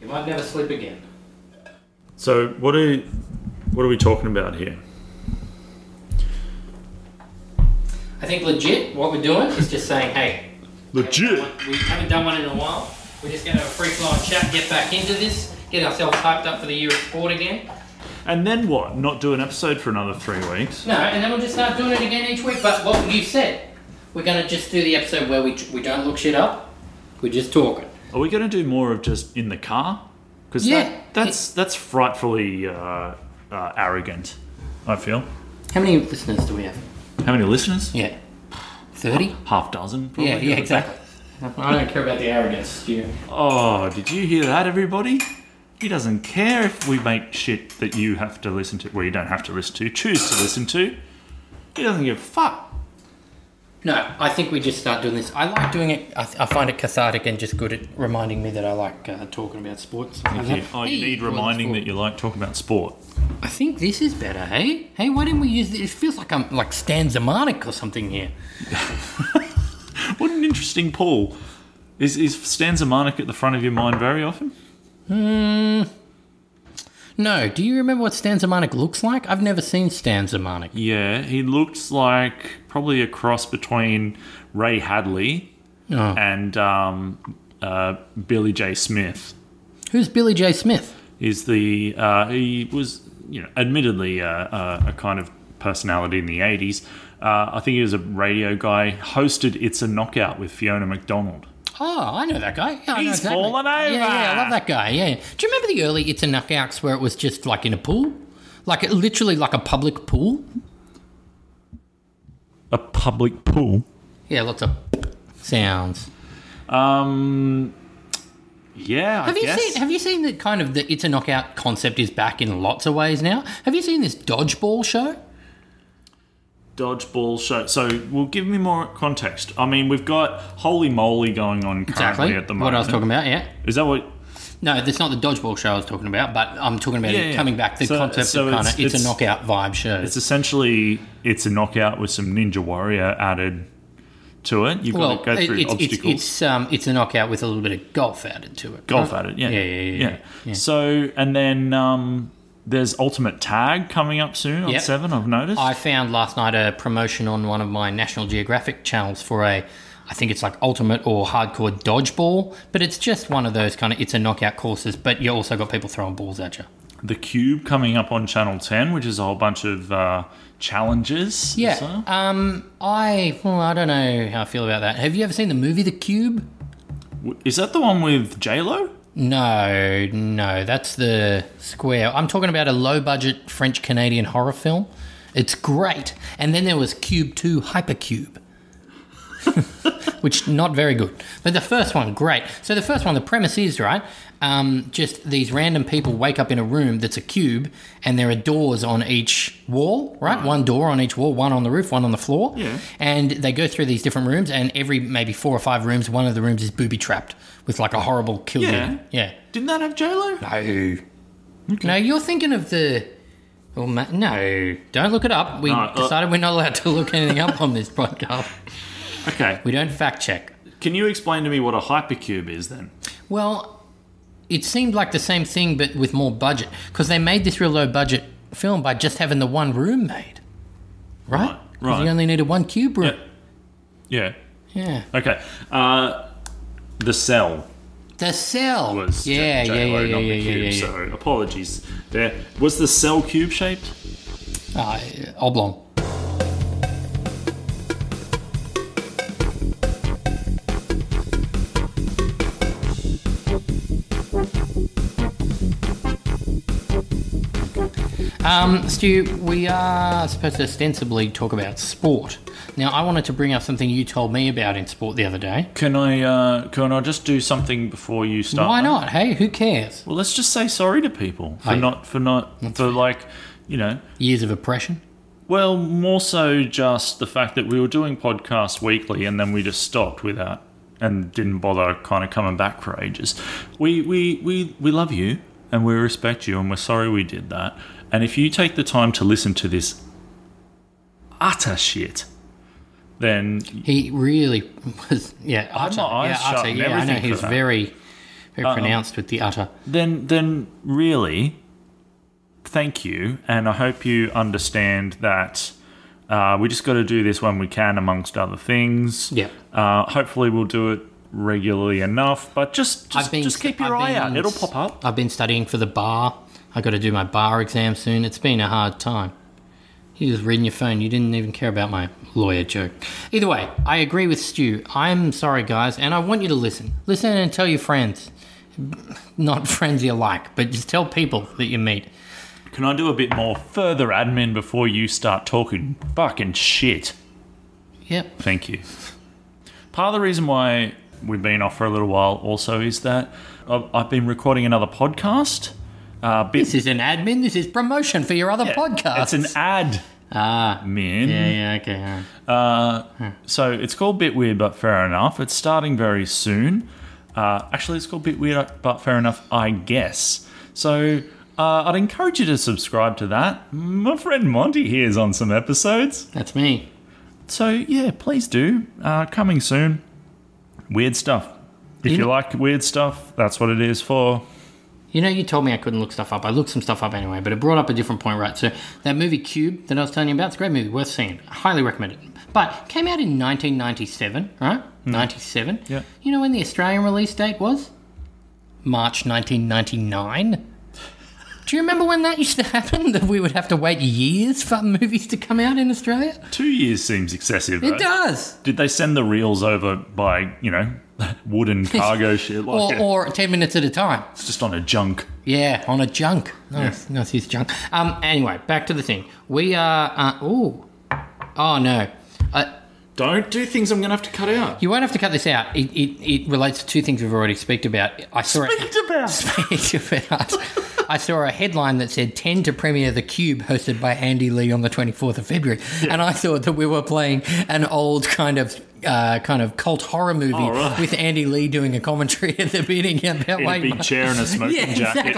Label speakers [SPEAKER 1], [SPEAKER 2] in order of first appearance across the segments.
[SPEAKER 1] I'd never sleep again.
[SPEAKER 2] So what are what are we talking about here?
[SPEAKER 1] I think legit, what we're doing is just saying, hey,
[SPEAKER 2] Legit.
[SPEAKER 1] we haven't done one in a while. We're just going to have a free flowing chat, get back into this, get ourselves hyped up for the year of sport again.
[SPEAKER 2] And then what? Not do an episode for another three weeks?
[SPEAKER 1] No, and then we'll just start doing it again each week. But what you said, we're going to just do the episode where we, we don't look shit up, we're just talking.
[SPEAKER 2] Are we going to do more of just in the car? Because
[SPEAKER 1] Yeah.
[SPEAKER 2] that, that's that's frightfully uh, uh, arrogant. I feel.
[SPEAKER 1] How many listeners do we have?
[SPEAKER 2] How many listeners?
[SPEAKER 1] Yeah. 30?
[SPEAKER 2] Half dozen. Probably,
[SPEAKER 1] Yeah, yeah,
[SPEAKER 2] I bet.
[SPEAKER 1] exactly. I don't care about the arrogance, Stu.
[SPEAKER 2] Oh, did you hear that, everybody? He doesn't care if we make shit that you have to listen to. Well, you don't have to listen to. Choose to listen to. He doesn't give a fuck.
[SPEAKER 1] No, I think we just start doing this. I like doing it. I, I find it cathartic and just good at reminding me that I like uh, talking about sports.
[SPEAKER 2] You- Oh, you need reminding that you like talking about sport.
[SPEAKER 1] I think this is better. Hey, hey, why didn't we use this? It feels like I'm like Stan Zamanek or something here.
[SPEAKER 2] What an interesting pool. Is, is Stan Zamanek at the front of your mind very often?
[SPEAKER 1] No, do you remember what Stan Zamanek looks like? I've never seen Stan Zamanek.
[SPEAKER 2] Yeah, he looks like probably a cross between Ray Hadley
[SPEAKER 1] Oh.
[SPEAKER 2] and um, uh, Billy J. Smith.
[SPEAKER 1] Who's Billy J. Smith?
[SPEAKER 2] Is the uh, he was you know admittedly uh, uh, a kind of personality in the '80s. Uh, I think he was a radio guy. Hosted "It's a Knockout" with Fiona MacDonald.
[SPEAKER 1] Oh, I know that guy. Yeah, I know
[SPEAKER 2] He's
[SPEAKER 1] exactly.
[SPEAKER 2] fallen over.
[SPEAKER 1] Yeah, yeah, I love that guy. Yeah. Do you remember the early It's a Knockouts where it was just like in a pool? Like it, literally like a public pool?
[SPEAKER 2] A public pool.
[SPEAKER 1] Yeah, lots of sounds.
[SPEAKER 2] Um, yeah,
[SPEAKER 1] Have
[SPEAKER 2] I
[SPEAKER 1] you
[SPEAKER 2] guess.
[SPEAKER 1] seen? Have you seen that kind of the it's a knockout concept is back in lots of ways now? Have you seen this dodgeball show?
[SPEAKER 2] dodgeball show. So, well, give me more context. I mean, we've got holy moly going on currently
[SPEAKER 1] Exactly.
[SPEAKER 2] at the
[SPEAKER 1] what
[SPEAKER 2] moment.
[SPEAKER 1] I was talking about, yeah.
[SPEAKER 2] Is that what?
[SPEAKER 1] No, that's not the dodgeball show I was talking about, but I'm talking about
[SPEAKER 2] Yeah,
[SPEAKER 1] it
[SPEAKER 2] yeah.
[SPEAKER 1] coming back. The
[SPEAKER 2] So-
[SPEAKER 1] concept
[SPEAKER 2] so
[SPEAKER 1] of kind
[SPEAKER 2] it's-
[SPEAKER 1] of it's,
[SPEAKER 2] it's-
[SPEAKER 1] a knockout vibe show.
[SPEAKER 2] It's essentially it's a knockout with some ninja warrior added to it. You've
[SPEAKER 1] well,
[SPEAKER 2] got to go
[SPEAKER 1] it-
[SPEAKER 2] through
[SPEAKER 1] it's, it's,
[SPEAKER 2] obstacles.
[SPEAKER 1] it's um it's a knockout with a little bit of golf added to it.
[SPEAKER 2] golf
[SPEAKER 1] right?
[SPEAKER 2] at it. Yeah.
[SPEAKER 1] Yeah, yeah, yeah, yeah, yeah.
[SPEAKER 2] So, and then um, there's ultimate tag coming up soon on
[SPEAKER 1] Yep.
[SPEAKER 2] seven. I've noticed.
[SPEAKER 1] I found last night a promotion on one of my National Geographic channels for a, I think it's like ultimate or hardcore dodgeball, but it's just one of those kind of it's a knockout courses, but you also got people throwing balls at you.
[SPEAKER 2] the cube coming up on Channel Ten, which is a whole bunch of uh, challenges.
[SPEAKER 1] Yeah.
[SPEAKER 2] So-
[SPEAKER 1] Um. I well, I don't know how I feel about that. Have you ever seen the movie The Cube?
[SPEAKER 2] W- Is that the one with J Lo?
[SPEAKER 1] No, no, that's the square. I'm talking about a low budget French Canadian horror film. It's great. And then there was Cube 2 Hypercube, which not very good. But the first one, great. So the first one, the premise is, right? Um, just these random people wake up in a room that's a cube, and there are doors on each wall, right? One door on each wall, one on the roof, one on the floor.
[SPEAKER 2] Yeah.
[SPEAKER 1] And they go through these different rooms, and every maybe four or five rooms, one of the rooms is booby trapped with like a horrible kill.
[SPEAKER 2] Yeah.
[SPEAKER 1] you. Yeah.
[SPEAKER 2] Didn't that have J Lo?
[SPEAKER 1] No. No, you're thinking of the. Well, ma- no, don't look it up. We
[SPEAKER 2] No, uh-
[SPEAKER 1] decided we're not allowed to look anything up on this podcast.
[SPEAKER 2] Okay.
[SPEAKER 1] We don't fact check.
[SPEAKER 2] Can you explain to me what a hypercube is then?
[SPEAKER 1] Well, it seemed like the same thing, but with more budget, because they made this real low budget film by just having the one room made, right?
[SPEAKER 2] Right,
[SPEAKER 1] 'Cause
[SPEAKER 2] right.
[SPEAKER 1] You only needed one cube room.
[SPEAKER 2] Yeah.
[SPEAKER 1] Yeah.
[SPEAKER 2] Okay. Uh, the cell
[SPEAKER 1] The cell.
[SPEAKER 2] was J-
[SPEAKER 1] yeah, yeah,
[SPEAKER 2] J-Lo,
[SPEAKER 1] yeah, yeah, yeah,
[SPEAKER 2] not the
[SPEAKER 1] yeah,
[SPEAKER 2] cube,
[SPEAKER 1] yeah, yeah.
[SPEAKER 2] So apologies. There was the cell cube shaped.
[SPEAKER 1] Ah, oblong. Um, Stu, we are supposed to ostensibly talk about sport. Now, I wanted to bring up something you told me about in sport the other day.
[SPEAKER 2] Can I? Uh, can I just do something before you start?
[SPEAKER 1] Why
[SPEAKER 2] mate?
[SPEAKER 1] not? Hey, who cares?
[SPEAKER 2] Well, let's just say sorry to people for
[SPEAKER 1] Hey.
[SPEAKER 2] not for not for like, you know.
[SPEAKER 1] Years of oppression.
[SPEAKER 2] Well, more so just the fact that we were doing podcasts weekly and then we just stopped without and didn't bother kind of coming back for ages. We we we we love you and we respect you and we're sorry we did that. And if you take the time to listen to this utter shit, then
[SPEAKER 1] He really was, yeah.
[SPEAKER 2] I had
[SPEAKER 1] utter-
[SPEAKER 2] my eyes
[SPEAKER 1] yeah,
[SPEAKER 2] shut
[SPEAKER 1] utter,
[SPEAKER 2] and
[SPEAKER 1] yeah, I know
[SPEAKER 2] everything
[SPEAKER 1] he
[SPEAKER 2] for
[SPEAKER 1] was
[SPEAKER 2] that. Uh-uh.
[SPEAKER 1] very, Very pronounced with the utter.
[SPEAKER 2] then then really thank you and i hope you understand that uh, we just got to do this when we can amongst other things
[SPEAKER 1] Yep.
[SPEAKER 2] uh, hopefully we'll do it regularly enough but just
[SPEAKER 1] I've
[SPEAKER 2] just,
[SPEAKER 1] been-
[SPEAKER 2] just keep your
[SPEAKER 1] I've
[SPEAKER 2] eye out
[SPEAKER 1] been-
[SPEAKER 2] it'll pop up
[SPEAKER 1] I've been studying for the bar. I got to do my bar exam soon. It's been a hard time. You was reading your phone. You didn't even care about my lawyer joke. Either way, I agree with Stu. I'm sorry, guys, and I want you to listen. Listen and tell your friends. Not friends you like, but just tell people that you meet.
[SPEAKER 2] can i do a bit more further admin before you start talking fucking shit
[SPEAKER 1] Yep.
[SPEAKER 2] Thank you. Part of the reason why we've been off for a little while also is that I've, I've been recording another podcast. Uh, bit,
[SPEAKER 1] This is an admin. This is promotion for your other podcast.
[SPEAKER 2] It's an ad. Ah, man.
[SPEAKER 1] yeah, yeah, okay. all right.
[SPEAKER 2] Uh, So it's called Bit Weird But Fair Enough. It's starting very soon. Uh, actually, it's called Bit Weird But Fair Enough, I guess. So uh, I'd encourage you to subscribe to that. My friend Monty here is on some episodes.
[SPEAKER 1] That's me.
[SPEAKER 2] So yeah, please do. Uh, coming soon. Weird stuff. If
[SPEAKER 1] You
[SPEAKER 2] you,
[SPEAKER 1] know-
[SPEAKER 2] like weird stuff, that's what it is for.
[SPEAKER 1] You know, you told me I couldn't look stuff up. I looked some stuff up anyway, but it brought up a different point, right? So that movie Cube that I was telling you about, it's a great movie, worth seeing. Highly recommend it. But it came out in 1997, right? 97.
[SPEAKER 2] Hmm. Yeah.
[SPEAKER 1] You know when the Australian release date was? March 1999. Do you remember when that used to happen? That we would have to wait years for movies to come out in Australia?
[SPEAKER 2] Two years seems excessive.
[SPEAKER 1] It
[SPEAKER 2] though.
[SPEAKER 1] does.
[SPEAKER 2] Did they send the reels over by you know wooden cargo ship, like
[SPEAKER 1] Or,
[SPEAKER 2] yeah,
[SPEAKER 1] or 10 minutes at a time.
[SPEAKER 2] it's just on a junk?
[SPEAKER 1] Yeah, on a junk. Nice, nice his junk. Um, anyway, back to the thing. We are. Uh, oh, oh no. Uh,
[SPEAKER 2] Don't do things I'm going to have to cut out.
[SPEAKER 1] you won't have to cut this out. It, it, it relates to two things we've already speaked about. I saw it. speak about. I saw a headline that said 10 to premiere The Cube hosted by Andy Lee on the 24th of February. And I thought that we were playing an old kind of uh, kind of cult horror movie
[SPEAKER 2] Oh, right.
[SPEAKER 1] with Andy Lee doing a commentary at the meeting about
[SPEAKER 2] In a
[SPEAKER 1] Wayne
[SPEAKER 2] big
[SPEAKER 1] Marshall.
[SPEAKER 2] chair and a smoking jacket,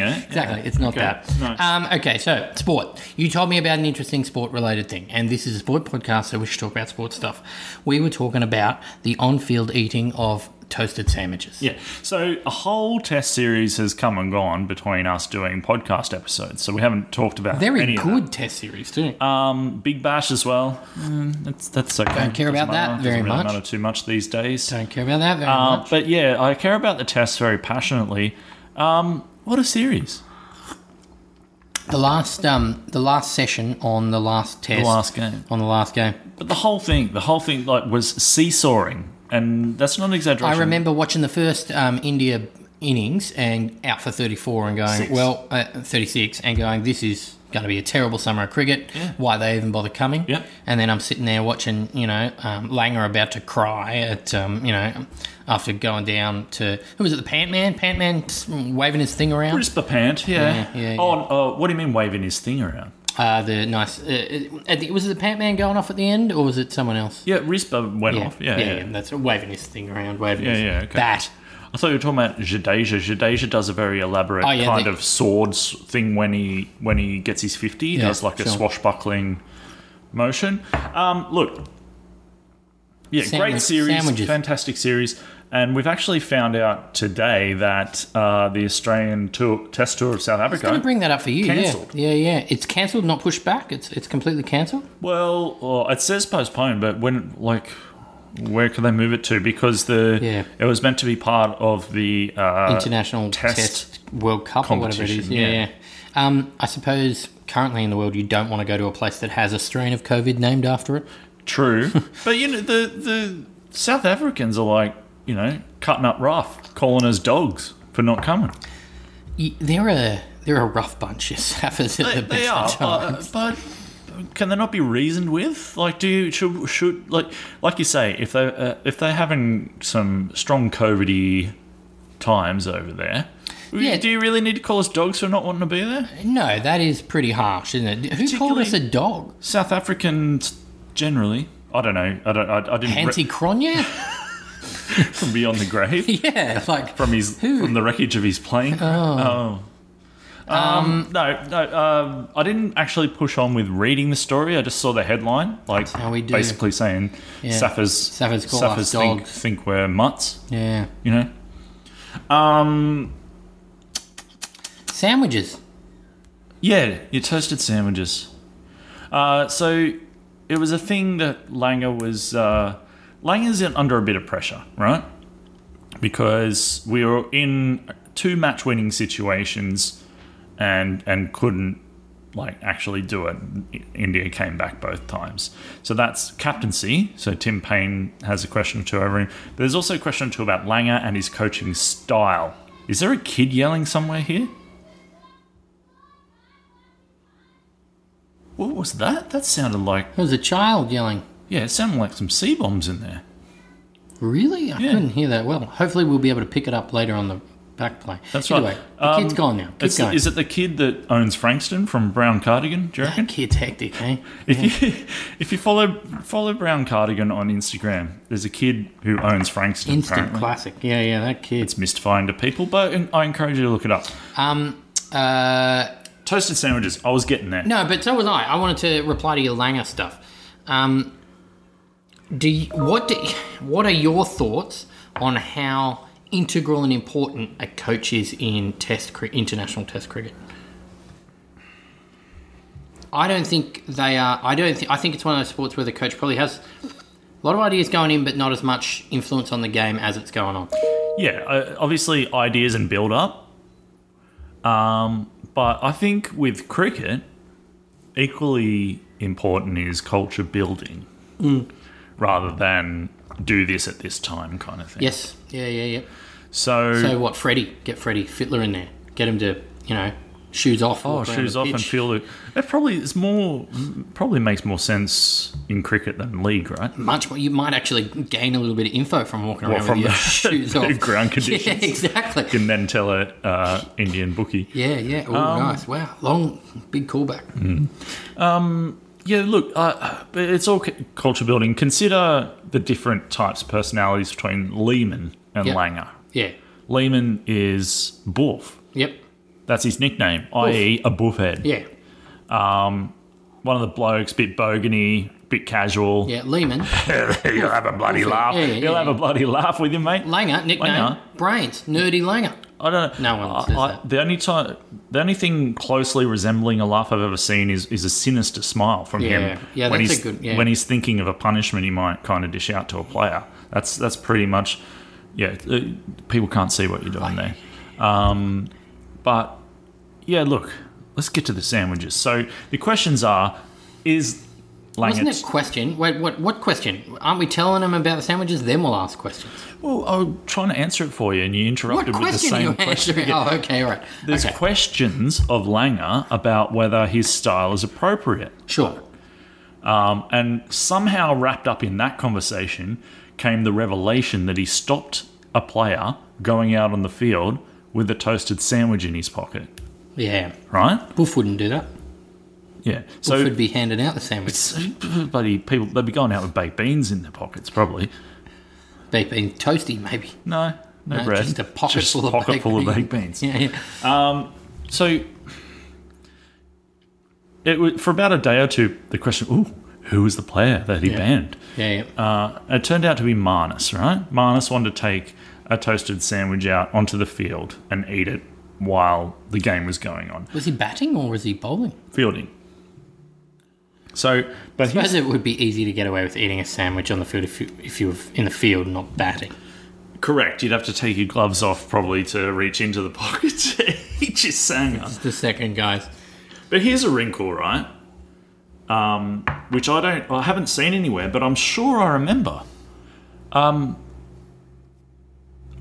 [SPEAKER 1] exactly,
[SPEAKER 2] it.
[SPEAKER 1] Exactly, it's not
[SPEAKER 2] Okay,
[SPEAKER 1] that.
[SPEAKER 2] nice.
[SPEAKER 1] Um, okay, so sport. You told me about an interesting sport-related thing, and this is a sport podcast, so we should talk about sports stuff. We were talking about the on-field eating of toasted sandwiches.
[SPEAKER 2] Yeah. So a whole test series has come and gone between us doing podcast episodes. So we haven't talked about
[SPEAKER 1] Very
[SPEAKER 2] any of that.
[SPEAKER 1] good test series too.
[SPEAKER 2] Um, Big Bash as well. Mm, that's that's okay. Don't
[SPEAKER 1] care about that very
[SPEAKER 2] really
[SPEAKER 1] much.
[SPEAKER 2] Matter too much these days.
[SPEAKER 1] Don't care about that very
[SPEAKER 2] Uh,
[SPEAKER 1] much.
[SPEAKER 2] but yeah, I care about the test very passionately. Um, what a series!
[SPEAKER 1] The last, um, the last session on the last test,
[SPEAKER 2] The last game,
[SPEAKER 1] on the last game.
[SPEAKER 2] but the whole thing, the whole thing, like was seesawing, and that's not an
[SPEAKER 1] I
[SPEAKER 2] exaggeration.
[SPEAKER 1] remember watching the first um, India innings and out for 34 and going,
[SPEAKER 2] Six.
[SPEAKER 1] well, uh, 36 and going, this is going to be a terrible summer of cricket. Why they even bother coming?
[SPEAKER 2] Yeah.
[SPEAKER 1] And then I'm sitting there watching, you know, um, Langer about to cry at, um, you know, after going down to who was it? The Pant Man, Pant Man mm, waving his thing around.
[SPEAKER 2] Crisper pant, yeah.
[SPEAKER 1] Yeah, yeah,
[SPEAKER 2] Oh, uh, what do you mean waving his thing around?
[SPEAKER 1] Uh, the nice. Uh, uh, at the- was it the Pant Man going off at the end, or was it someone else?
[SPEAKER 2] Yeah, Rispa went off. Yeah, yeah.
[SPEAKER 1] That's waving his thing around, waving.
[SPEAKER 2] Yeah,
[SPEAKER 1] his,
[SPEAKER 2] yeah, okay.
[SPEAKER 1] That.
[SPEAKER 2] I thought you were talking about Jadeja. Jadeja does a very elaborate
[SPEAKER 1] Oh, yeah,
[SPEAKER 2] kind
[SPEAKER 1] the-
[SPEAKER 2] of swords thing when he when he gets his fifty. He
[SPEAKER 1] Yeah,
[SPEAKER 2] does like a
[SPEAKER 1] sure.
[SPEAKER 2] swashbuckling motion. Um, look, yeah,
[SPEAKER 1] Sandwich-
[SPEAKER 2] great series,
[SPEAKER 1] sandwiches.
[SPEAKER 2] fantastic series, and we've actually found out today that uh, the Australian tour, Test Tour of South
[SPEAKER 1] I was going
[SPEAKER 2] Africa.
[SPEAKER 1] to bring that up for you.
[SPEAKER 2] Cancelled.
[SPEAKER 1] Yeah, yeah, yeah. It's cancelled, not pushed back. It's it's completely cancelled.
[SPEAKER 2] well, well, it says postponed, but when like. Where can they move it to? Because the
[SPEAKER 1] Yeah.
[SPEAKER 2] it was meant to be part of the uh,
[SPEAKER 1] International
[SPEAKER 2] test
[SPEAKER 1] test, World Cup or whatever it is.
[SPEAKER 2] competition,
[SPEAKER 1] Yeah,
[SPEAKER 2] yeah.
[SPEAKER 1] yeah. Um, I suppose currently in the world you don't want to go to a place that has a strain of COVID named after it.
[SPEAKER 2] True, but you know the the South Africans are like you know cutting up rough, calling us dogs for not coming.
[SPEAKER 1] Y- They're a they're a rough bunch. Sappers at the
[SPEAKER 2] They,
[SPEAKER 1] best
[SPEAKER 2] they are,
[SPEAKER 1] of times.
[SPEAKER 2] but, but can they not be reasoned with? Like, do you should should like like you say if they uh, if they're having some strong COVIDy times over there,
[SPEAKER 1] Yeah.
[SPEAKER 2] do you really need to call us dogs for not wanting to be there?
[SPEAKER 1] No, that is pretty harsh, isn't it? Who called
[SPEAKER 2] Particularly-
[SPEAKER 1] us a dog?
[SPEAKER 2] South Africans generally. I don't know. I don't. I, I didn't.
[SPEAKER 1] Hansi
[SPEAKER 2] Re-
[SPEAKER 1] Cronje?
[SPEAKER 2] from beyond the grave.
[SPEAKER 1] yeah, like
[SPEAKER 2] from his from the wreckage of his plane. Oh. Um, no, no. Um, I didn't actually push on with reading the story. I just saw the headline, like
[SPEAKER 1] how we do.
[SPEAKER 2] basically saying
[SPEAKER 1] Yeah.
[SPEAKER 2] Saffers
[SPEAKER 1] Saffers call us
[SPEAKER 2] think,
[SPEAKER 1] dogs.
[SPEAKER 2] think we're mutts.
[SPEAKER 1] yeah.
[SPEAKER 2] You know, Um,
[SPEAKER 1] Sandwiches.
[SPEAKER 2] yeah, your toasted sandwiches. Uh, so it was a thing that Langer was. Uh, Langer's in, under a bit of pressure, right? Because we were in two match winning situations and and couldn't like actually do it. India came back both times. So that's captaincy. So Tim Payne has a question or two over him. But there's also a question or two about Langer and his coaching style. Is there a kid yelling somewhere here? What was that? That sounded like
[SPEAKER 1] There was a child yelling.
[SPEAKER 2] yeah, it sounded like some C bombs in there.
[SPEAKER 1] Really? I couldn't hear that well. Hopefully, we'll be able to pick it up later on the back play.
[SPEAKER 2] That's
[SPEAKER 1] Either
[SPEAKER 2] right.
[SPEAKER 1] Way, the
[SPEAKER 2] Um,
[SPEAKER 1] kid's gone now. Keep
[SPEAKER 2] It's
[SPEAKER 1] going.
[SPEAKER 2] is it the kid that owns Frankston from Brown Cardigan? Do you reckon?
[SPEAKER 1] that kid's hectic, eh?
[SPEAKER 2] If you if you follow follow Brown Cardigan on Instagram, there's a kid who owns Frankston.
[SPEAKER 1] Instant
[SPEAKER 2] apparently.
[SPEAKER 1] classic. Yeah, yeah, that kid.
[SPEAKER 2] It's mystifying to people, but I encourage you to look it up.
[SPEAKER 1] Um, uh,
[SPEAKER 2] Toasted sandwiches. I was getting there.
[SPEAKER 1] No, but so was I. I wanted to reply to your Langer stuff. Um, do you, what do, what are your thoughts on how integral and important a coach is in Test cri- international Test cricket? I don't think they are. I don't. think I think it's one of those sports where the coach probably has a lot of ideas going in, but not as much influence on the game as it's going on.
[SPEAKER 2] Yeah, uh, obviously ideas and build up. Um, but I think with cricket, equally important is culture building,
[SPEAKER 1] Mm.
[SPEAKER 2] rather than do this at this time kind of thing.
[SPEAKER 1] Yes. Yeah. Yeah. Yeah. So
[SPEAKER 2] So,
[SPEAKER 1] what, Freddie? Get Freddie Fitler in there. Get him to, you know, shoes off.
[SPEAKER 2] oh,
[SPEAKER 1] walk around
[SPEAKER 2] shoes
[SPEAKER 1] the
[SPEAKER 2] off and
[SPEAKER 1] pitch.
[SPEAKER 2] feel it. That probably is more probably makes more sense in cricket than league, right?
[SPEAKER 1] much more. You might actually gain a little bit of info from walking
[SPEAKER 2] Well,
[SPEAKER 1] around
[SPEAKER 2] from
[SPEAKER 1] with your
[SPEAKER 2] the-
[SPEAKER 1] shoes
[SPEAKER 2] the
[SPEAKER 1] off.
[SPEAKER 2] ground conditions.
[SPEAKER 1] Yeah, exactly.
[SPEAKER 2] You can then tell a uh, Indian bookie.
[SPEAKER 1] Yeah, yeah. Oh,
[SPEAKER 2] Um,
[SPEAKER 1] nice. Wow. Long, big callback.
[SPEAKER 2] Mm. Yeah, look, uh, but it's all c- culture building. Consider the different types of personalities between Lehman and
[SPEAKER 1] Yep.
[SPEAKER 2] Langer.
[SPEAKER 1] Yeah.
[SPEAKER 2] Lehman is Boof.
[SPEAKER 1] Yep.
[SPEAKER 2] That's his nickname, i.e., a boofhead.
[SPEAKER 1] Yeah.
[SPEAKER 2] One of the blokes, bit bogany, bit casual.
[SPEAKER 1] Yeah. Lehman,
[SPEAKER 2] You'll have a bloody laugh.
[SPEAKER 1] Yeah, yeah,
[SPEAKER 2] You'll have a bloody laugh with him, mate.
[SPEAKER 1] Langer, nickname
[SPEAKER 2] Langer.
[SPEAKER 1] Brains, Nerdy Langer.
[SPEAKER 2] I don't know.
[SPEAKER 1] No one says
[SPEAKER 2] I- I-
[SPEAKER 1] that.
[SPEAKER 2] The only time, the only thing closely resembling a laugh I've ever seen is, is a sinister smile from
[SPEAKER 1] Yeah.
[SPEAKER 2] him.
[SPEAKER 1] Yeah,
[SPEAKER 2] when
[SPEAKER 1] that's a
[SPEAKER 2] he's,
[SPEAKER 1] good- yeah.
[SPEAKER 2] When he's thinking of a punishment, he might kind of dish out to a player. That's that's pretty much. Yeah, uh, people can't see what you're doing there. Um, but yeah, look, let's get to the sandwiches. So the questions are: Is
[SPEAKER 1] Wasn't it
[SPEAKER 2] Langett?
[SPEAKER 1] a question? Wait, what? What question? Aren't we telling them about the sandwiches? Then we'll ask questions.
[SPEAKER 2] Well, I'm trying to answer it for you, and you
[SPEAKER 1] What
[SPEAKER 2] interrupted with the
[SPEAKER 1] question are you
[SPEAKER 2] same question.
[SPEAKER 1] answering?
[SPEAKER 2] Yeah.
[SPEAKER 1] Oh, okay, all right.
[SPEAKER 2] There's
[SPEAKER 1] okay,
[SPEAKER 2] questions of Langer about whether his style is appropriate.
[SPEAKER 1] sure.
[SPEAKER 2] Um, and somehow wrapped up in that conversation came the revelation that he stopped a player going out on the field with a toasted sandwich in his pocket,
[SPEAKER 1] Yeah.
[SPEAKER 2] right?
[SPEAKER 1] Boof wouldn't do that.
[SPEAKER 2] Yeah.
[SPEAKER 1] Boof
[SPEAKER 2] So,
[SPEAKER 1] would be handing out the sandwich.
[SPEAKER 2] so bloody people, they'd be going out with baked beans in their pockets, probably.
[SPEAKER 1] They've been toasty, maybe.
[SPEAKER 2] No, no,
[SPEAKER 1] No,
[SPEAKER 2] bread.
[SPEAKER 1] just a pocket
[SPEAKER 2] Just
[SPEAKER 1] full of
[SPEAKER 2] pocket
[SPEAKER 1] baked
[SPEAKER 2] full
[SPEAKER 1] beans.
[SPEAKER 2] baked beans.
[SPEAKER 1] Yeah, yeah.
[SPEAKER 2] So, it wa- for about a day or two, the question, ooh, who was the player that he banned?
[SPEAKER 1] Yeah, yeah.
[SPEAKER 2] Uh, it turned out to be Marnus, right? Marnus wanted to take a toasted sandwich out onto the field and eat it while the game was going on.
[SPEAKER 1] Was he batting or was he bowling?
[SPEAKER 2] Fielding. So, but
[SPEAKER 1] I
[SPEAKER 2] here's,
[SPEAKER 1] suppose it would be easy to get away with eating a sandwich on the field if you, if you were in the field, not batting.
[SPEAKER 2] correct, you'd have to take your gloves off probably to reach into the pocket to eat your sandwich.
[SPEAKER 1] It's the second, guys.
[SPEAKER 2] But here's a wrinkle, right? Um, which I don't, I haven't seen anywhere, but I'm sure I remember.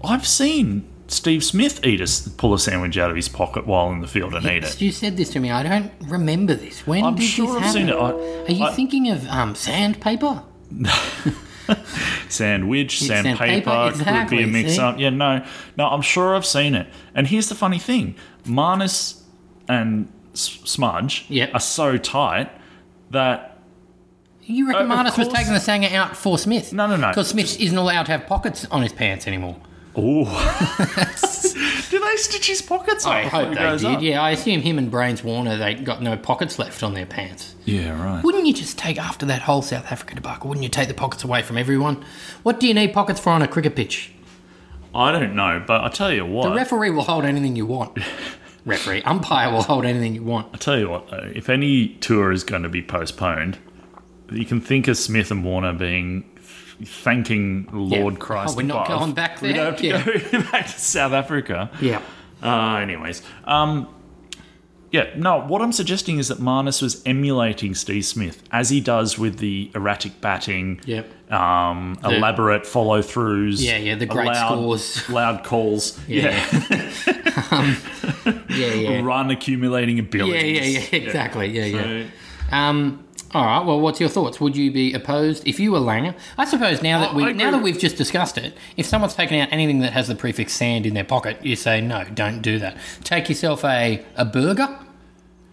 [SPEAKER 2] Um, I've seen Steve Smith eat a s pull a sandwich out of his pocket while in the field and eat it.
[SPEAKER 1] You said this to me. I don't remember this. When
[SPEAKER 2] I'm
[SPEAKER 1] did
[SPEAKER 2] sure
[SPEAKER 1] this
[SPEAKER 2] I've seen
[SPEAKER 1] happen?
[SPEAKER 2] it. I,
[SPEAKER 1] Are you
[SPEAKER 2] I-
[SPEAKER 1] thinking of um, sandpaper?
[SPEAKER 2] sandwich,
[SPEAKER 1] sandpaper,
[SPEAKER 2] sandpaper, could be
[SPEAKER 1] exactly,
[SPEAKER 2] a mix
[SPEAKER 1] see?
[SPEAKER 2] up. Yeah, no, no, I'm sure I've seen it. And here's the funny thing: Marnus and S- Smudge
[SPEAKER 1] Yeah.
[SPEAKER 2] are so tight that
[SPEAKER 1] You reckon
[SPEAKER 2] Uh, of
[SPEAKER 1] Marnus was
[SPEAKER 2] course.
[SPEAKER 1] taking the sanger out for Smith?
[SPEAKER 2] No, no, no.
[SPEAKER 1] Because Smith isn't allowed to have pockets on his pants anymore.
[SPEAKER 2] Oh. did they stitch his pockets up?
[SPEAKER 1] I
[SPEAKER 2] before
[SPEAKER 1] hope
[SPEAKER 2] he
[SPEAKER 1] they
[SPEAKER 2] goes
[SPEAKER 1] did.
[SPEAKER 2] up?
[SPEAKER 1] Yeah, I assume him and Brains Warner, they got no pockets left on their pants.
[SPEAKER 2] Yeah, right.
[SPEAKER 1] Wouldn't you just take after that whole South Africa debacle? Wouldn't you take the pockets away from everyone? What do you need pockets for on a cricket pitch?
[SPEAKER 2] I don't know, but I tell you what.
[SPEAKER 1] The referee will hold anything you want. referee, umpire will hold anything you want.
[SPEAKER 2] I tell you what though, if any tour is going to be postponed, you can think of Smith and Warner being thanking Lord
[SPEAKER 1] Yeah.
[SPEAKER 2] Christ.
[SPEAKER 1] Oh, we're not
[SPEAKER 2] above.
[SPEAKER 1] going back
[SPEAKER 2] We don't
[SPEAKER 1] there?
[SPEAKER 2] have to go back to South Africa.
[SPEAKER 1] Yeah.
[SPEAKER 2] Uh, anyways, um, yeah, no. What I'm suggesting is that Marnus was emulating Steve Smith as he does with the erratic batting,
[SPEAKER 1] Yep.
[SPEAKER 2] um, elaborate follow throughs,
[SPEAKER 1] Yeah, yeah, the great scores.
[SPEAKER 2] loud calls, yeah,
[SPEAKER 1] Um, Yeah, yeah.
[SPEAKER 2] run accumulating
[SPEAKER 1] Yeah,
[SPEAKER 2] abilities,
[SPEAKER 1] yeah, yeah, exactly. Yeah, yeah.
[SPEAKER 2] So-
[SPEAKER 1] Um, all right. Well, what's your thoughts? Would you be opposed if you were Langer? I suppose now that
[SPEAKER 2] Oh,
[SPEAKER 1] we
[SPEAKER 2] I agree
[SPEAKER 1] now that
[SPEAKER 2] with-
[SPEAKER 1] we've just discussed it, if someone's taken out anything that has the prefix sand in their pocket, you say no, don't do that. Take yourself a a burger,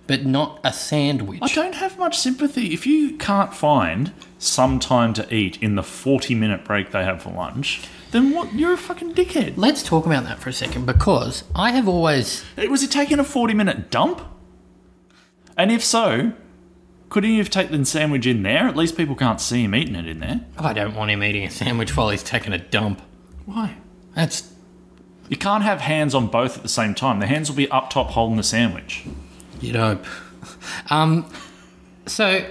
[SPEAKER 1] but not a sandwich.
[SPEAKER 2] I don't have much sympathy. If you can't find some time to eat in the 40 minute break they have for lunch, then what? You're a fucking dickhead.
[SPEAKER 1] Let's talk about that for a second because I have always
[SPEAKER 2] Hey, Was he taking a 40 minute dump? And if so, couldn't you have taken the sandwich in there? At least people can't see him eating it in there.
[SPEAKER 1] I don't want him eating a sandwich while he's taking a dump.
[SPEAKER 2] Why?
[SPEAKER 1] That's
[SPEAKER 2] You can't have hands on both at the same time. The hands will be up top holding the sandwich.
[SPEAKER 1] you know. Um, so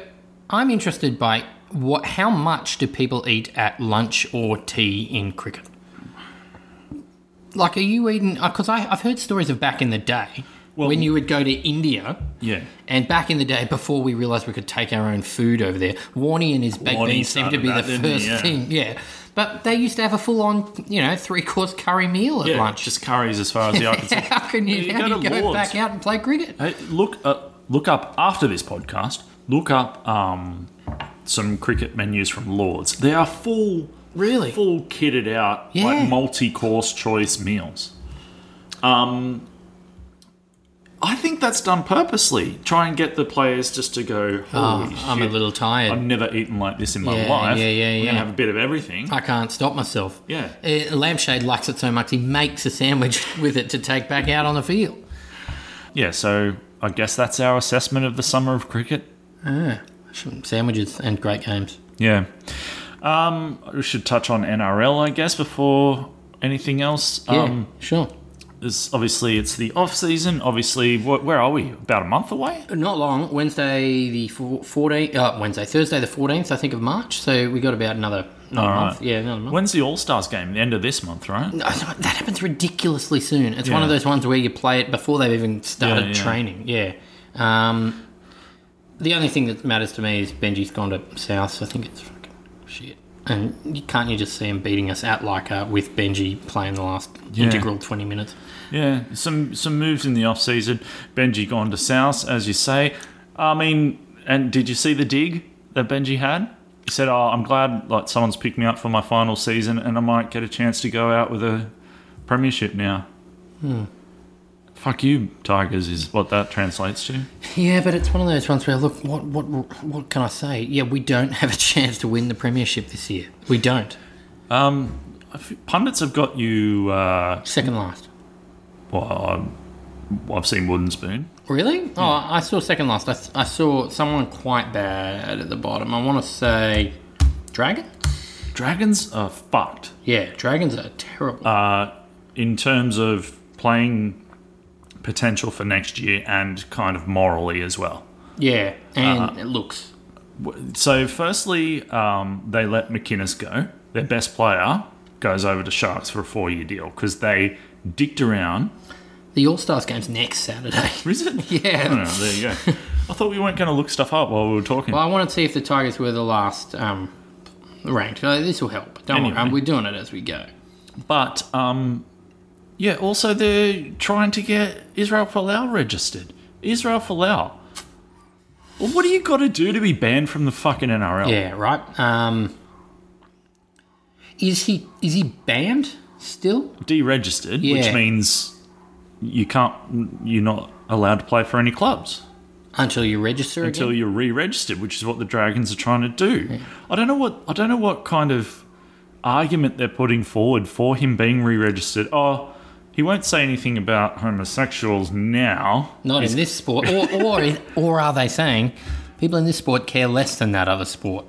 [SPEAKER 1] I'm interested by what how much do people eat at lunch or tea in cricket? Like, are you eating? Because I've heard stories of back in the day
[SPEAKER 2] Well-
[SPEAKER 1] when you would go to India.
[SPEAKER 2] Yeah.
[SPEAKER 1] And back in the day, before we realised we could take our own food over there, Warnie and his baked
[SPEAKER 2] Warnie
[SPEAKER 1] beans seemed to be the
[SPEAKER 2] started that, didn't he?
[SPEAKER 1] first
[SPEAKER 2] Yeah.
[SPEAKER 1] thing. Yeah. But they used to have a full on, you know, three course curry meal at
[SPEAKER 2] Yeah,
[SPEAKER 1] lunch.
[SPEAKER 2] just curries as far as the eye can see.
[SPEAKER 1] how can you,
[SPEAKER 2] You
[SPEAKER 1] how
[SPEAKER 2] go
[SPEAKER 1] do you
[SPEAKER 2] to
[SPEAKER 1] go
[SPEAKER 2] Lord's.
[SPEAKER 1] back out and play cricket?
[SPEAKER 2] Hey, look, uh, look up after this podcast. Look up um, some cricket menus from Lords. They are full,
[SPEAKER 1] Really?
[SPEAKER 2] full kitted out,
[SPEAKER 1] Yeah.
[SPEAKER 2] like multi-course choice meals. Um, I think that's done purposely. Try and get the players just to go. Holy shit!
[SPEAKER 1] Ah, I'm a little tired.
[SPEAKER 2] I've never eaten like this in my
[SPEAKER 1] Yeah,
[SPEAKER 2] life.
[SPEAKER 1] yeah, yeah,
[SPEAKER 2] We're
[SPEAKER 1] yeah.
[SPEAKER 2] gonna have a bit of everything.
[SPEAKER 1] I can't stop myself.
[SPEAKER 2] Yeah.
[SPEAKER 1] Uh, Lampshade likes it so much he makes a sandwich with it to take back out on the field.
[SPEAKER 2] Yeah. So I guess that's our assessment of the summer of cricket.
[SPEAKER 1] Sandwiches and great games.
[SPEAKER 2] Yeah. Um, we should touch on NRL, I guess, before anything else.
[SPEAKER 1] Yeah,
[SPEAKER 2] Um,
[SPEAKER 1] sure.
[SPEAKER 2] there's- obviously, it's the off season. Obviously, wh- where are we? About a month away.
[SPEAKER 1] Not long. Wednesday the four- 14th. Uh, Wednesday, Thursday the 14th, I think, of March. So we got about another, another
[SPEAKER 2] All
[SPEAKER 1] month.
[SPEAKER 2] right.
[SPEAKER 1] Yeah, another month.
[SPEAKER 2] When's the All Stars game? The end of this month, right?
[SPEAKER 1] No, it's not- that happens ridiculously soon. It's one of
[SPEAKER 2] Yeah.
[SPEAKER 1] those ones where you play it before they've even started
[SPEAKER 2] Yeah, yeah.
[SPEAKER 1] training. Yeah. Um, the only thing that matters to me is Benji's gone to South. So I think it's fucking shit. And you, can't you just see him beating us at Leica with Benji playing the last
[SPEAKER 2] Yeah.
[SPEAKER 1] integral 20 minutes?
[SPEAKER 2] Yeah. Some some moves in the off season. Benji gone to South, as you say. I mean, and did you see the dig that Benji had? He said, "Oh, I'm glad like someone's picked me up for my final season, and I might get a chance to go out with a premiership now." Fuck you, Tigers is what that translates to.
[SPEAKER 1] Yeah, but it's one of those ones where, look, what, what, what can I say? Yeah, we don't have a chance to win the Premiership this year. We don't.
[SPEAKER 2] I f- Pundits have got you. Uh,
[SPEAKER 1] Second last.
[SPEAKER 2] well, i I've seen Wooden Spoon.
[SPEAKER 1] Really? Oh, I saw second last. I, s- I saw someone quite bad at the bottom. I want to say Dragon?
[SPEAKER 2] Dragons are fucked.
[SPEAKER 1] Yeah, Dragons are terrible.
[SPEAKER 2] uh, in terms of playing potential for next year and kind of morally as well.
[SPEAKER 1] yeah, and it looks.
[SPEAKER 2] So, firstly, um, they let McInnes go. Their best player goes over to Sharks for a four year deal because they dicked around.
[SPEAKER 1] The All Stars game's next Saturday.
[SPEAKER 2] Is it?
[SPEAKER 1] Yeah.
[SPEAKER 2] I don't know, there you go. I thought we weren't going to look stuff up while we were talking.
[SPEAKER 1] Well, I want to see if the Tigers were the last um, ranked. Uh, this will help. Don't worry,
[SPEAKER 2] Anyway.
[SPEAKER 1] um, we're doing it as we go.
[SPEAKER 2] But um, yeah, also they're trying to get Israel Folau registered. Israel Folau. Well, what do you got to do to be banned from the fucking NRL?
[SPEAKER 1] Yeah, right. Um, is he is he banned still?
[SPEAKER 2] Deregistered,
[SPEAKER 1] Yeah.
[SPEAKER 2] which means you can't, you're not allowed to play for any clubs
[SPEAKER 1] Until you register
[SPEAKER 2] until
[SPEAKER 1] again?
[SPEAKER 2] you're re-registered, which is what the Dragons are trying to do. I don't know what I don't know what kind of argument they're putting forward for him being re-registered. Oh, he won't say anything about homosexuals now.
[SPEAKER 1] Not in this sport. Or, or, is, or are they saying people in this sport care less than that other sport?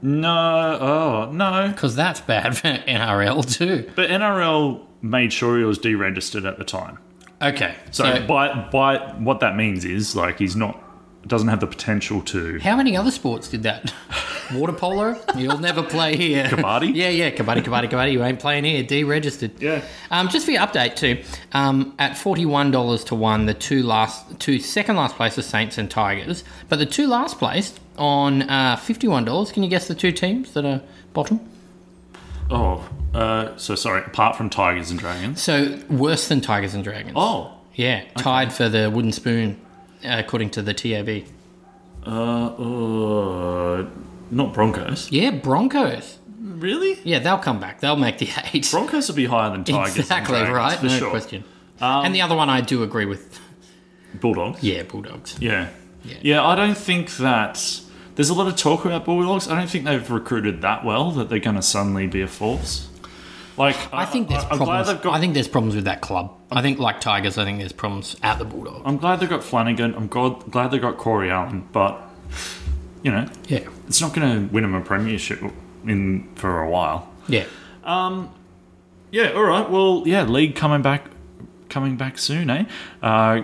[SPEAKER 2] No, oh no.
[SPEAKER 1] Because that's bad for NRL too.
[SPEAKER 2] But NRL made sure he was deregistered at the time.
[SPEAKER 1] Okay.
[SPEAKER 2] So, by by what that means is like he's not doesn't have the potential to.
[SPEAKER 1] How many other sports did that? Water polo? You'll never play here.
[SPEAKER 2] Kabaddi?
[SPEAKER 1] yeah, yeah, kabaddi, kabaddi, kabaddi. You ain't playing here. Deregistered.
[SPEAKER 2] Yeah.
[SPEAKER 1] Um, just for your update too, um, at forty-one dollars to one, the two last, two second last places, Saints and Tigers, but the two last placed on uh, fifty-one dollars. Can you guess the two teams that are bottom?
[SPEAKER 2] Oh, uh, so sorry. Apart from Tigers and Dragons.
[SPEAKER 1] So worse than Tigers and Dragons.
[SPEAKER 2] Oh,
[SPEAKER 1] yeah, tied for the wooden spoon, uh, according to the TAB.
[SPEAKER 2] uh, uh, not Broncos.
[SPEAKER 1] Yeah, Broncos.
[SPEAKER 2] Really?
[SPEAKER 1] Yeah, they'll come back. They'll make the eight.
[SPEAKER 2] Broncos will be higher than Tigers. and
[SPEAKER 1] Exactly
[SPEAKER 2] Dragons,
[SPEAKER 1] right.
[SPEAKER 2] For
[SPEAKER 1] No
[SPEAKER 2] sure.
[SPEAKER 1] question. and the other one I do agree with.
[SPEAKER 2] Bulldogs.
[SPEAKER 1] Yeah, Bulldogs.
[SPEAKER 2] Yeah.
[SPEAKER 1] Yeah.
[SPEAKER 2] yeah. I don't think that there's a lot of talk about Bulldogs. I don't think they've recruited that well that they're going to suddenly be a force. Like
[SPEAKER 1] I think there's
[SPEAKER 2] I, am glad
[SPEAKER 1] problems.
[SPEAKER 2] they've got.
[SPEAKER 1] I think there's problems with that club. I think like Tigers, I think there's problems at the Bulldogs.
[SPEAKER 2] I'm glad they got Flanagan. I'm glad, glad they got Corey Allen, but you know,
[SPEAKER 1] yeah.
[SPEAKER 2] it's not going to win him a premiership in for a while.
[SPEAKER 1] Yeah.
[SPEAKER 2] Yeah. All right. Well, yeah. League coming back, coming back soon, eh? Uh,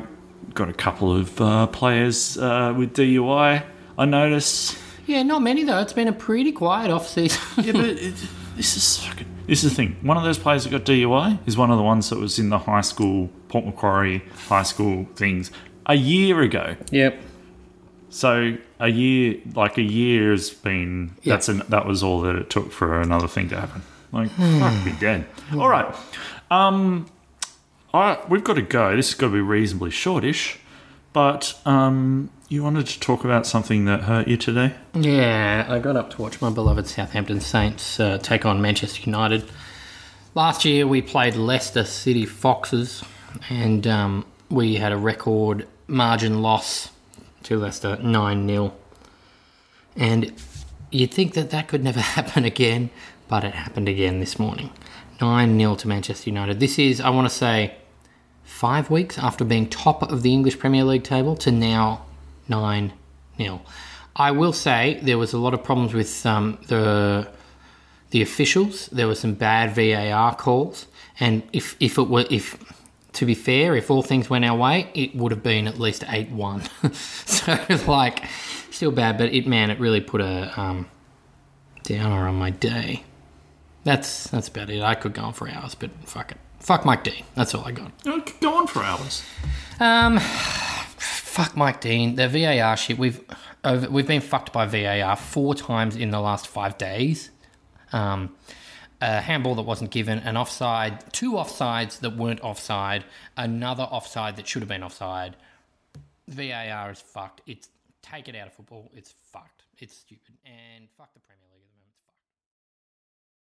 [SPEAKER 2] got a couple of uh, players uh, with DUI. I notice.
[SPEAKER 1] Yeah, not many though. It's been a pretty quiet off season.
[SPEAKER 2] Yeah, but it, this is fucking. This is the thing. One of those players that got DUI is one of the ones that was in the high school Port Macquarie high school things a year ago.
[SPEAKER 1] yep.
[SPEAKER 2] So a year, like a year, has been.
[SPEAKER 1] Yeah.
[SPEAKER 2] That's an, that was all that it took for another thing to happen. Like fuck, be dead. All right, um, all right, we've got to go. This has got to be reasonably shortish, but um, you wanted to talk about something that hurt you today.
[SPEAKER 1] Yeah, I got up to watch my beloved Southampton Saints uh, take on Manchester United. Last year we played Leicester City Foxes, and um, we had a record margin loss to Leicester nine 0 And you'd think that that could never happen again, but it happened again this morning. Nine 0 to Manchester United. This is, I want to say, five weeks after being top of the English Premier League table to now 9 0. I will say there was a lot of problems with um, the the officials. There were some bad VAR calls, and if if it were if to be fair, if all things went our way, it would have been at least eight one. so like, still bad, but it man, it really put a um, downer on my day. That's that's about it. I could go on for hours, but fuck it. Fuck Mike D. That's all I got.
[SPEAKER 2] You know, it could Go on for hours.
[SPEAKER 1] Um, fuck Mike Dean. The VAR shit. We've over, we've been fucked by VAR four times in the last five days. Um, a handball that wasn't given, an offside, two offsides that weren't offside, another offside that should have been offside. VAR is fucked. It's take it out of football. It's fucked. It's stupid. And fuck the Premier League at the moment. It's fucked.